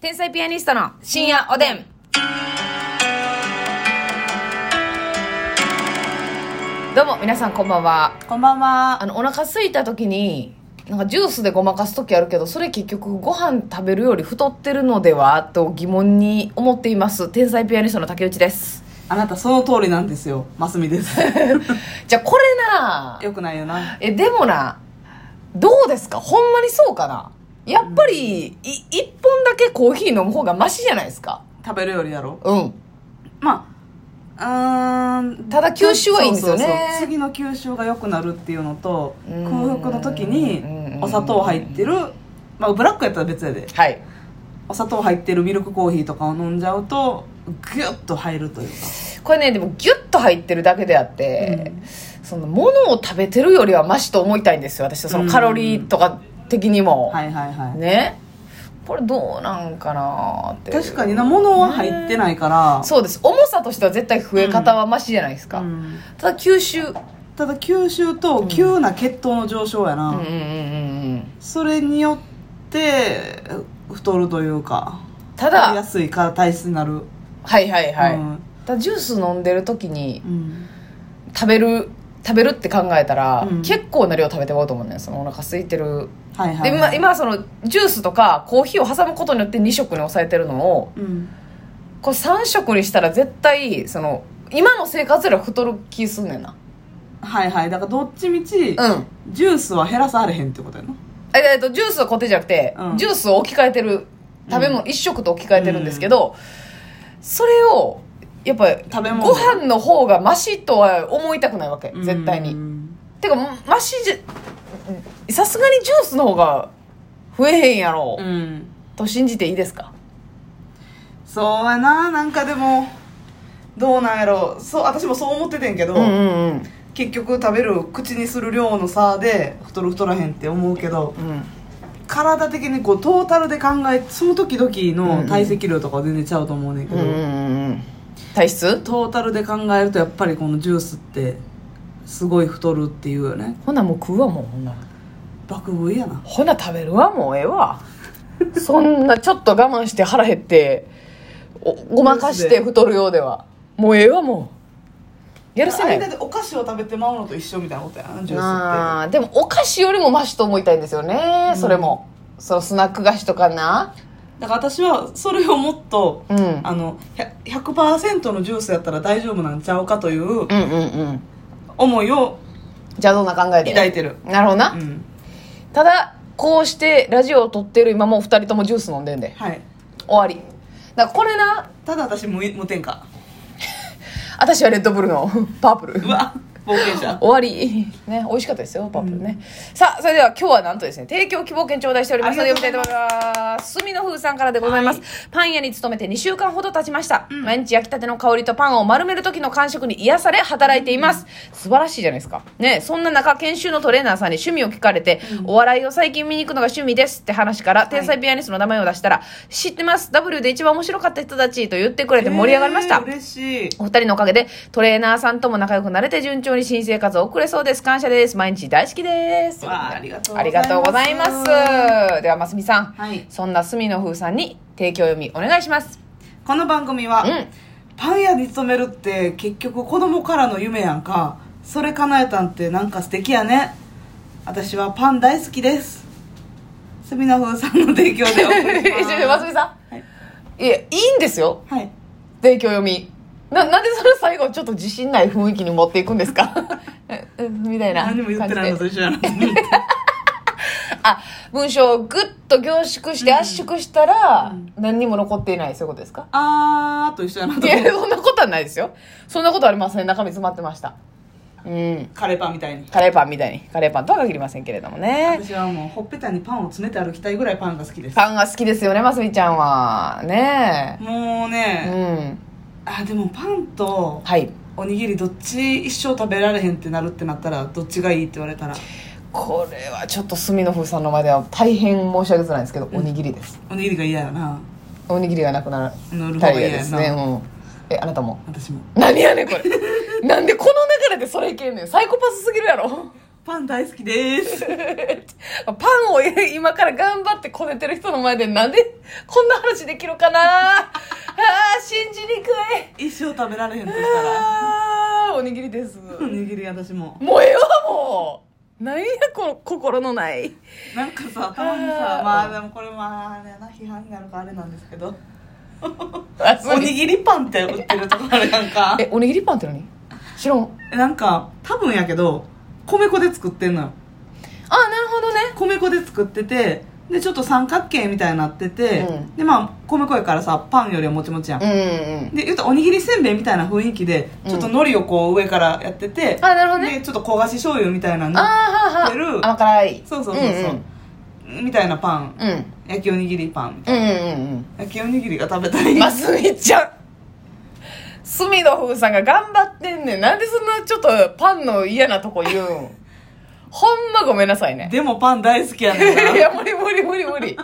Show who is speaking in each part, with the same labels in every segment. Speaker 1: 天才ピアニストの深夜おでん。どうも皆さんこんばんは。
Speaker 2: こんばんは
Speaker 1: あ。のお腹空いた時になんかジュースでごまかす時あるけどそれ結局ご飯食べるより太ってるのではと疑問に思っています天才ピアニストの竹内です
Speaker 2: あなたその通りなんですよ。マスミで す。
Speaker 1: じゃあこれな
Speaker 2: よくないよな。
Speaker 1: えでもなどうですかほんまにそうかなやっぱり、い一本だけコーヒー飲む方がマシじゃないですか
Speaker 2: 食べるよりやろ。
Speaker 1: うん
Speaker 2: まあ、うーん。
Speaker 1: ただ吸収はいいんですよね
Speaker 2: そうそうそう次の吸収が良くなるっていうのと、
Speaker 1: うん
Speaker 2: 空腹の時
Speaker 1: う
Speaker 2: に
Speaker 1: ん
Speaker 2: お砂糖入ってる、まあブラックやったら別やで。
Speaker 1: はい
Speaker 2: お砂糖入ってるミルクコーヒーとかを飲んじゃうと、ギュッと入るというか。
Speaker 1: これねでもギュッと入ってるだけであって、その物を食べてるよりはマシと思いたいんですよ私はそのカロリーとか的にも、
Speaker 2: はいはいはい。
Speaker 1: ねこれどうなんかなっていう
Speaker 2: 確かにな、物は入ってないから、
Speaker 1: そうです重さとしては絶対増え方はマシじゃないですか、
Speaker 2: うん
Speaker 1: ただ吸収うん
Speaker 2: ただ吸収と急な血糖の上昇やな。
Speaker 1: うんうんうんうん
Speaker 2: それによって太るというか
Speaker 1: た
Speaker 2: 太りや
Speaker 1: だ
Speaker 2: すいから体質になる
Speaker 1: はいはいはい、
Speaker 2: うん
Speaker 1: ただジュース飲んでる時に
Speaker 2: うん
Speaker 1: 食べる食べるって考えたら、
Speaker 2: うん
Speaker 1: 結構な量食べてまうと思うねんそのお腹空いてる
Speaker 2: はいはい
Speaker 1: で今今はそのジュースとかコーヒーを挟むことによって2食に抑えてるのを
Speaker 2: うん
Speaker 1: これ3食にしたら絶対その今の生活よりは太る気すんねんな
Speaker 2: はいはいだからどっちみち
Speaker 1: うん
Speaker 2: ジュースは減らされへんってことやな
Speaker 1: ええっと、ジュースは固定じゃなくて、
Speaker 2: うん
Speaker 1: ジュースを置き換えてる食べ物、一食と置き換えてるんですけど、それをやっぱり
Speaker 2: 食べ物
Speaker 1: ご飯の方がマシとは思いたくないわけ絶対に、
Speaker 2: うん
Speaker 1: てかマシじゃさすがにジュースの方が増えへんやろ、
Speaker 2: うん
Speaker 1: と信じていいですか
Speaker 2: そうやななんかでもどうなんやろそう私もそう思っててんけど、
Speaker 1: うんうん
Speaker 2: 結局食べる口にする量の差で太る太らへんって思うけど
Speaker 1: うん
Speaker 2: 体的にこうトータルで考えその時々の体積量とかは全然ちゃうと思うねんけ
Speaker 1: うんう
Speaker 2: ど、
Speaker 1: んうんうん体質
Speaker 2: トータルで考えるとやっぱりこのジュースってすごい太るっていうよね
Speaker 1: ほなもう食うわもうほんなら
Speaker 2: 爆食いやな
Speaker 1: ほな食べるわもうええわそんなちょっと我慢して腹減っておごまかして太るようではもうええわもうやるせな
Speaker 2: 間
Speaker 1: い
Speaker 2: でお菓子を食べてまうのと一緒みたいなことやなジュースっ
Speaker 1: なあでもお菓子よりもマシと思いたいんですよね、
Speaker 2: うん
Speaker 1: それもそのスナック菓子とかな
Speaker 2: てだから私はそれをもっと、
Speaker 1: うんうん
Speaker 2: あの100 100%のジュースやったら大丈夫なんちゃうかという
Speaker 1: うんうん
Speaker 2: 思いを
Speaker 1: じゃあどんな考えで
Speaker 2: 抱いてる、
Speaker 1: なるほどな、
Speaker 2: うん
Speaker 1: ただこうしてラジオを撮ってる今もう2人ともジュース飲んでんで
Speaker 2: はい
Speaker 1: 終わりだからこれな
Speaker 2: ただ私無い無添加
Speaker 1: 私はレッドブルの パープル
Speaker 2: うわ冒険者
Speaker 1: 終わり。ね、美味しかったですよ、パープルね。さあ、それでは今日はなんとですね、提供希望券頂戴しておりますので
Speaker 2: あ
Speaker 1: 読み
Speaker 2: り
Speaker 1: た
Speaker 2: が
Speaker 1: いと
Speaker 2: とう
Speaker 1: 思います。すみのふうさんからでございます。パン屋に勤めて2週間ほど経ちました。毎日焼きたての香りとパンを丸める時の感触に癒され働いています。素晴らしいじゃないですか。ね、そんな中、研修のトレーナーさんに趣味を聞かれて、お笑いを最近見に行くのが趣味ですって話から、天才ピアニストの名前を出したら、知ってます。W で一番面白かった人たちと言ってくれて盛り上がりました。
Speaker 2: えー嬉しい
Speaker 1: お二人のおかげでトレーナーさんとも仲良くなれて順調に新生活を送れそうです感謝です毎日大好きです
Speaker 2: わあありがとうご
Speaker 1: あ
Speaker 2: ざいます
Speaker 1: りがとうございますではますみさん、
Speaker 2: はい
Speaker 1: そんなすみのふうさんに提供読みお願いします
Speaker 2: この番組は、
Speaker 1: うん
Speaker 2: パン屋に勤めるって結局子供からの夢やんかそれ叶えたんってなんか素敵やね私はパン大好きですすみなふうさんの提供でお送りします
Speaker 1: えますみさん、
Speaker 2: はい
Speaker 1: い、やいいんですよ
Speaker 2: はい
Speaker 1: 提供読みななんでそれ最後ちょっと自信ない雰囲気に持っていくんですか うんみたいな感
Speaker 2: 何
Speaker 1: じ
Speaker 2: も
Speaker 1: で
Speaker 2: 言ってないのと一緒やな
Speaker 1: あ文章をぐっと凝縮して圧縮したら、何にも残っていないそういうことですか
Speaker 2: あーと一緒やないと
Speaker 1: や、そんなことはないですよ。そんなことありません。中身詰まってました。うん。
Speaker 2: カレーパンみたいに
Speaker 1: カレーパンみたいに。カレーパンとは限りませんけれどもね。
Speaker 2: 私はもうほっぺたにパンを詰めて歩きたいぐらいパンが好きです
Speaker 1: パンが好きですよね、ますみちゃんは。ね
Speaker 2: もう
Speaker 1: え。
Speaker 2: ね、
Speaker 1: うん。
Speaker 2: あでもパンと
Speaker 1: はい。
Speaker 2: おにぎりどっち一生食べられへんってなるってなったらどっちがいいって言われたら
Speaker 1: これはちょっと隅の風さんの前では大変申し訳ないんですけど、おにぎりです。
Speaker 2: おにぎりが嫌やな
Speaker 1: おにぎりがなくなる。
Speaker 2: 乗る
Speaker 1: タ
Speaker 2: 方
Speaker 1: イ
Speaker 2: が嫌
Speaker 1: ヤ
Speaker 2: やな
Speaker 1: ですね。うん。え、あなたも。
Speaker 2: 私も
Speaker 1: 何やねん、これ。なんでこの流れでそれいけんねん。サイコパスすぎるやろ。
Speaker 2: パン大好きです。
Speaker 1: パンをえ今から頑張ってこねてる人の前でなんでこんな話できるかなあー信じにくい
Speaker 2: 一生食べられへんとしたら。
Speaker 1: あーおにぎりです
Speaker 2: おにぎり私も。
Speaker 1: もうええわもうなんやこの心のない
Speaker 2: なんかさ、たまに
Speaker 1: あ
Speaker 2: さ
Speaker 1: ー、
Speaker 2: まあでもこれまああれやな、批判になるからあれなんですけど。
Speaker 1: お
Speaker 2: おにぎりパンって売ってるとこあるや んか。
Speaker 1: えおにぎりパンって何知らん
Speaker 2: えなんか、多分やけど、米粉で作ってんのよ。
Speaker 1: あーなるほどね
Speaker 2: 米粉で作ってて、で、ちょっと三角形みたいになってて、
Speaker 1: うん
Speaker 2: で、まあ、米粉やからさ、パンよりはもちもちやん。
Speaker 1: うんうん
Speaker 2: で言うとおにぎりせんべいみたいな雰囲気で
Speaker 1: うん
Speaker 2: ちょっと海苔をこう上からやってて、
Speaker 1: あなるほどね
Speaker 2: でちょっと焦がし醤油みたいな
Speaker 1: あー
Speaker 2: の
Speaker 1: は
Speaker 2: 出
Speaker 1: ーは
Speaker 2: る
Speaker 1: ー甘辛い
Speaker 2: そうそうそうそう、みたたいなパン
Speaker 1: うんうん
Speaker 2: 焼きおにぎりパン
Speaker 1: うんうんうんうん
Speaker 2: 焼きおにぎりが食べたい、
Speaker 1: まあ、すみちゃん。すみのふうさんが頑張ってんねん。なんでそんなちょっとパンの嫌なとこ 言うんほんまごめんなさいね。
Speaker 2: でもパン大好きや
Speaker 1: い
Speaker 2: ねんな
Speaker 1: や、無理無理無理無理。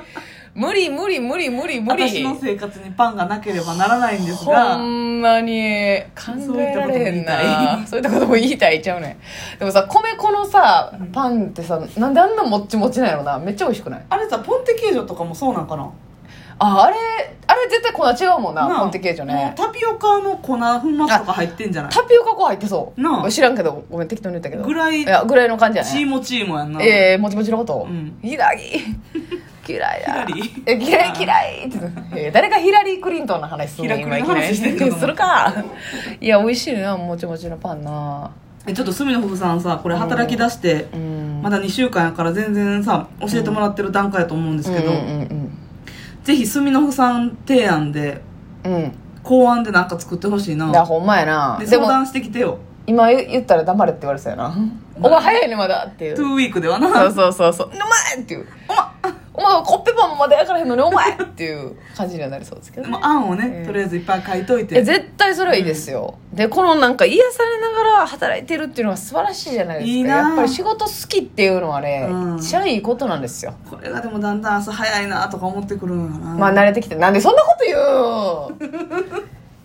Speaker 1: 無理無理無理無理 無
Speaker 2: 私の
Speaker 1: 理。
Speaker 2: 生活にパンがなければならないんです
Speaker 1: ほ
Speaker 2: が
Speaker 1: んまに考えられへんなそういったことも言いたいちゃうねんでもさ米粉のさパンってさなんであんなもっちもちなんやろなめっちゃ美味しくない
Speaker 2: あれさポンテキージョとかもそうなんかな
Speaker 1: ああれあれ絶対粉違うもんな
Speaker 2: なあ
Speaker 1: ポンテケージョね
Speaker 2: もうタピオカの粉粉末とか入ってんじゃない
Speaker 1: タピオカ粉入ってそう。
Speaker 2: なあ
Speaker 1: 知らんけど、ごめん、適当に言ったけど。
Speaker 2: ぐらい
Speaker 1: や、ぐらいの感じや
Speaker 2: チー
Speaker 1: ね。
Speaker 2: モチーモやんな
Speaker 1: ええもちもちのこと。
Speaker 2: うん
Speaker 1: ヒラリー。 嫌いだ。
Speaker 2: ヒラリー
Speaker 1: え、嫌い嫌いって。えー誰がヒラリー・クリントンの話するの
Speaker 2: ヒラクリの話してんのかと思った
Speaker 1: するか。いや、美味しいな、もちもちのパンな。
Speaker 2: えちょっと隅のふさんさこれ働き出して、
Speaker 1: うん。
Speaker 2: まだ2週間やから全然さ教えてもらってる段階やと思うんですけど、
Speaker 1: うんうん
Speaker 2: ぜひ住のふさん提案で
Speaker 1: うん。うん。
Speaker 2: 考案でなんか作ってほしい
Speaker 1: いや、
Speaker 2: な
Speaker 1: ほんまやな。
Speaker 2: で
Speaker 1: で
Speaker 2: 相
Speaker 1: も、
Speaker 2: 談してきてよ
Speaker 1: 今言ったら黙れって言われそうやな。お前早いね、まだっていう。
Speaker 2: トゥ
Speaker 1: そ
Speaker 2: ーウィークではな
Speaker 1: うそうそうそう。うまいっていう。
Speaker 2: おま
Speaker 1: お前コッペパンもまだ焼からへんのにお前っていう感じにはなりそうですけど、
Speaker 2: で
Speaker 1: ね、
Speaker 2: も案を
Speaker 1: え
Speaker 2: ね
Speaker 1: ー
Speaker 2: とりあえずいっぱい書いとい
Speaker 1: え
Speaker 2: て
Speaker 1: 絶対それはいいですよ、でこのなんか癒されながら働いてるっていうのは素晴らしいじゃないですか
Speaker 2: いいな
Speaker 1: やっぱり仕事好きっていうのはね、
Speaker 2: うん
Speaker 1: めっちゃいいことなんですよ
Speaker 2: これがでもだんだん朝早いなとか思ってくるんやな、
Speaker 1: まあ慣れてきてなんでそんなこと言う ん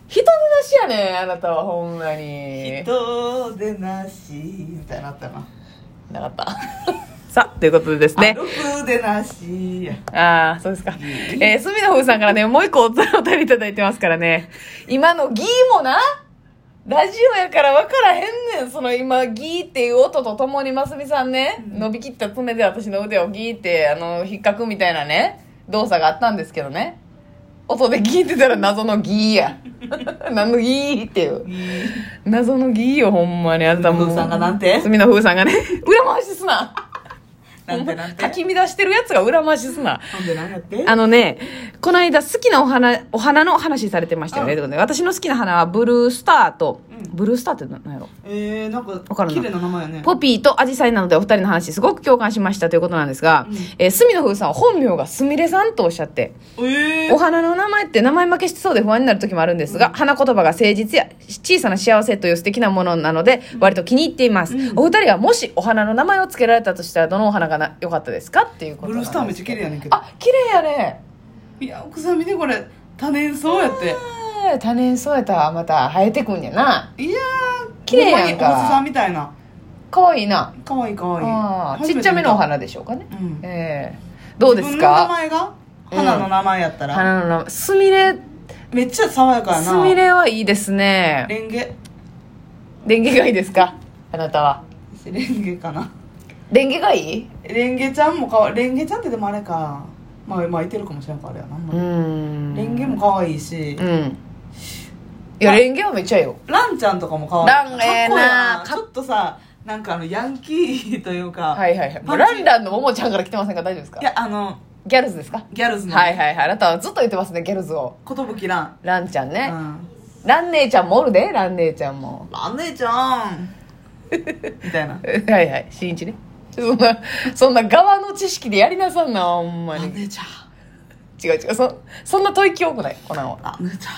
Speaker 1: 人の出しやねんあなたはほんまに
Speaker 2: 人でなしみたいになったな、
Speaker 1: なかった さあということでですね
Speaker 2: 歩くでなしや
Speaker 1: ああ、そうですか。えー、すみのふうさんからね、もう一個お便りいただいてますからね。今のギーもな、ラジオやから分からへんねん。その今、ギーっていう音とともに、ますみさんね、伸びきった爪で私の腕をギーって、あの、引っかくみたいなね、動作があったんですけどね。音でギーってたら謎のギーや。 何のギーっていう。謎のギーよ、ほんまに。あなたもう。
Speaker 2: すみのふうさんがなんて
Speaker 1: すみのふうさんがね、裏回しすな。
Speaker 2: なんてなんて
Speaker 1: かき乱してるやつが裏回しすな。
Speaker 2: なんでなんだって
Speaker 1: あのね、この間好きなお花、お花の話されてましたよね。ということで私の好きな花はブルースターと、
Speaker 2: うん
Speaker 1: ブルースターってな何やろ
Speaker 2: えー、なんか
Speaker 1: からんな
Speaker 2: 綺麗な名前やね
Speaker 1: ポピーとアジサイなのでお二人の話すごく共感しましたということなんですが、
Speaker 2: うん
Speaker 1: えー、隅野風さんは本名がすみれさんとおっしゃって、
Speaker 2: え
Speaker 1: お
Speaker 2: ー、
Speaker 1: 花の名前って名前負けしてそうで不安になる時もあるんですが、花言葉が誠実や小さな幸せという素敵なものなので、割と気に入っています。お二人がもしお花の名前を付けられたとしたらどのお花がな良かったですかっていうこ
Speaker 2: ブ
Speaker 1: となんで
Speaker 2: ルース
Speaker 1: す
Speaker 2: ターめっちゃ綺麗やねんけど
Speaker 1: あ、綺麗やね。
Speaker 2: いや奥さん見てこれ多年草やって
Speaker 1: あー多年草やったらまた生えてくんやない
Speaker 2: やー
Speaker 1: 綺麗やんか
Speaker 2: ほまにおじさんみたいな
Speaker 1: 可愛いな
Speaker 2: かわいいかわ
Speaker 1: あ
Speaker 2: い
Speaker 1: ー
Speaker 2: い
Speaker 1: ちっちゃめのお花でしょうかね、
Speaker 2: うん
Speaker 1: ええどうです
Speaker 2: 自分の名
Speaker 1: か
Speaker 2: 前が花の名前やったら、
Speaker 1: 花の名前すみれ
Speaker 2: めっちゃ爽やかやな
Speaker 1: すみれはいいですね
Speaker 2: レンゲ
Speaker 1: 電気がいいですかあなたは
Speaker 2: 私レンゲかな
Speaker 1: 電気がいい
Speaker 2: レンゲちゃんもかわいいレンゲちゃんってでもあれかまあ、まあ、いてるかもしれんからあれやな、
Speaker 1: うーん
Speaker 2: レンゲもかわいいし、
Speaker 1: うんいやレンゲはめっちゃいいよ
Speaker 2: ランちゃんとかもかわいい
Speaker 1: ランええな
Speaker 2: かっこいいちょっとさなんかあのヤンキーというか、
Speaker 1: はいはいはいも
Speaker 2: パ
Speaker 1: う
Speaker 2: ンチ
Speaker 1: ランランのももちゃんから来てませんか大丈夫ですか
Speaker 2: いやあの
Speaker 1: ギャルズですか
Speaker 2: ギャルズの
Speaker 1: はいはいはいあなたはずっと言ってますねギャルズを
Speaker 2: 寿ラン、
Speaker 1: ランちゃん
Speaker 2: う
Speaker 1: ね、
Speaker 2: ん
Speaker 1: ラン姉ちゃんもおるでラン姉ちゃんも
Speaker 2: ラン姉ちゃんみた いな
Speaker 1: はいはい、新一ね。 そんな、そんな側の知識でやりなさんな、ほんま
Speaker 2: ラ
Speaker 1: に
Speaker 2: ン。 姉ちゃん
Speaker 1: 違う違う、そ、そんな吐息多くないこの
Speaker 2: ラン姉ちゃ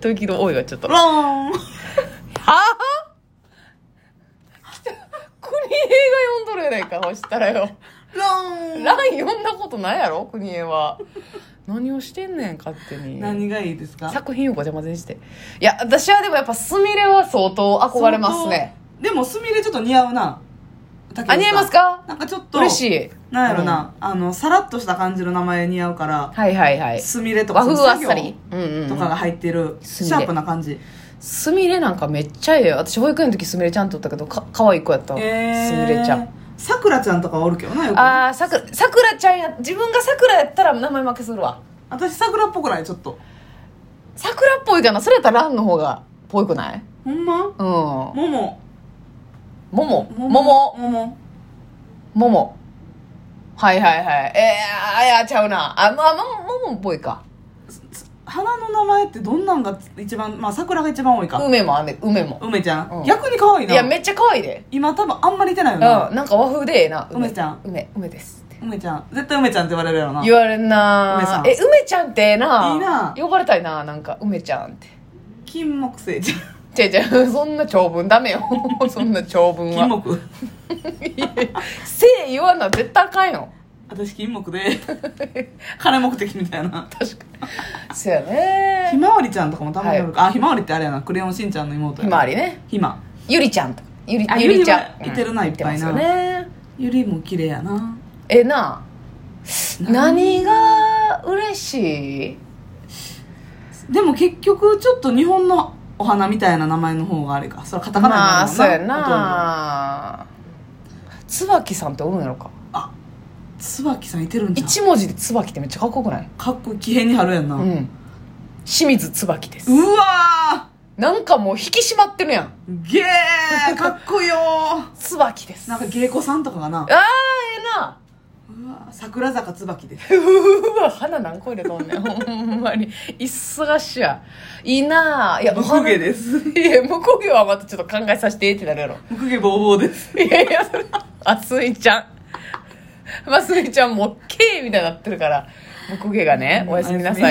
Speaker 1: 吐息の多いわ、 ちょっと。
Speaker 2: ん
Speaker 1: は
Speaker 2: ラン
Speaker 1: ぁ 国枝が呼んどるやないか、ほしたら よ。
Speaker 2: ラン
Speaker 1: ラン呼んだことないやろ国枝は。何をしてんねん、勝手に。
Speaker 2: 何がいいですか
Speaker 1: 作品をごちゃ混ぜにして。いや、私はでもやっぱスミレは相当憧れますね。
Speaker 2: 相当でもスミレちょっと似合うな竹内さん
Speaker 1: あ似合いますか
Speaker 2: なんかちょっと
Speaker 1: 嬉しい
Speaker 2: なんやろな、あのさらっとした感じの名前似合うから
Speaker 1: はいはいはい
Speaker 2: すみれとか
Speaker 1: 和風あっさり
Speaker 2: そ
Speaker 1: うん
Speaker 2: の
Speaker 1: うん
Speaker 2: 作業とかが入ってる
Speaker 1: す
Speaker 2: シ
Speaker 1: みれ
Speaker 2: ャープな感じ
Speaker 1: すみれなんかめっちゃええよ私保育園の時すみれちゃんとったけどか可愛い子やったわすみ
Speaker 2: えー
Speaker 1: れちゃん
Speaker 2: さくらちゃんとかおるけどなよく
Speaker 1: ああさくらさくらちゃんや自分がさくらやったら名前負けするわ
Speaker 2: 私さくらっぽくないちょっと
Speaker 1: さくらっぽいかなそれやったらランの方がっぽいくない
Speaker 2: ほんま
Speaker 1: うんも
Speaker 2: も
Speaker 1: もも
Speaker 2: もも
Speaker 1: も
Speaker 2: もも
Speaker 1: ももはいはいはいえー、あやちゃうなあまあもももっぽいか
Speaker 2: 花の名前ってどんなんが一番まあ桜が一番多いか
Speaker 1: 梅もあんね梅も
Speaker 2: 梅ちゃん、
Speaker 1: うん
Speaker 2: 逆に可愛い
Speaker 1: い
Speaker 2: な
Speaker 1: やめっちゃ可愛いで
Speaker 2: 今多分あんまり似てないよ
Speaker 1: うん
Speaker 2: な、
Speaker 1: なんか和風でええな
Speaker 2: 梅ちゃん
Speaker 1: 梅梅ですって
Speaker 2: 梅ちゃん絶対梅ちゃんって言われるやろな
Speaker 1: 言われんな
Speaker 2: 梅さん
Speaker 1: え梅ちゃんってええない
Speaker 2: いな
Speaker 1: 呼ばれたいななんか梅ちゃんって
Speaker 2: 金木星ちゃん
Speaker 1: 違う 違うそんな長文ダメよ そんな長文は
Speaker 2: 金木
Speaker 1: せい言わんのは絶対あかんよ
Speaker 2: 私金木で金目的みたいな
Speaker 1: 確かにそうやね
Speaker 2: ひまわりちゃんとかもたまにあるか、あひまわりってあれやなクレヨンしんちゃんの妹
Speaker 1: ひ
Speaker 2: や
Speaker 1: ま
Speaker 2: な
Speaker 1: わりね
Speaker 2: ひま
Speaker 1: ゆりちゃんとかゆり
Speaker 2: あ
Speaker 1: ゆりちゃん
Speaker 2: ゆりはいてるな
Speaker 1: うん
Speaker 2: いっぱ
Speaker 1: 似てま
Speaker 2: いな
Speaker 1: すよね
Speaker 2: ゆりも綺麗やな
Speaker 1: えな何が嬉しい
Speaker 2: でも結局ちょっと日本のお花みたいな名前の方があれかそれはカタカナ
Speaker 1: ま
Speaker 2: にな
Speaker 1: あ
Speaker 2: るもん
Speaker 1: そうや
Speaker 2: ほとんど
Speaker 1: な椿さんっておるんやろか
Speaker 2: あ椿さんいてるんじゃん
Speaker 1: 一文字で椿ってめっちゃかっこよくない
Speaker 2: かっこいい気変に貼るやんな、
Speaker 1: う
Speaker 2: うん
Speaker 1: 清水椿です
Speaker 2: わ
Speaker 1: なんかもう引き締まってるやん
Speaker 2: ーゲーかっこいいよ ー
Speaker 1: 椿です
Speaker 2: なんか
Speaker 1: あ
Speaker 2: 芸妓さんとかがな
Speaker 1: あーええな
Speaker 2: うわー桜坂椿で す
Speaker 1: うわ花何個入れとんねんほんまに忙しやいいなあいや
Speaker 2: 無毛です
Speaker 1: いや無こげはまたちょっと考えさせてってなるやろ
Speaker 2: 木毛ぼうぼうです
Speaker 1: いやいやそれあすいちゃんまあすいちゃんもっけーみたいになってるから無こげがねおやすみなさい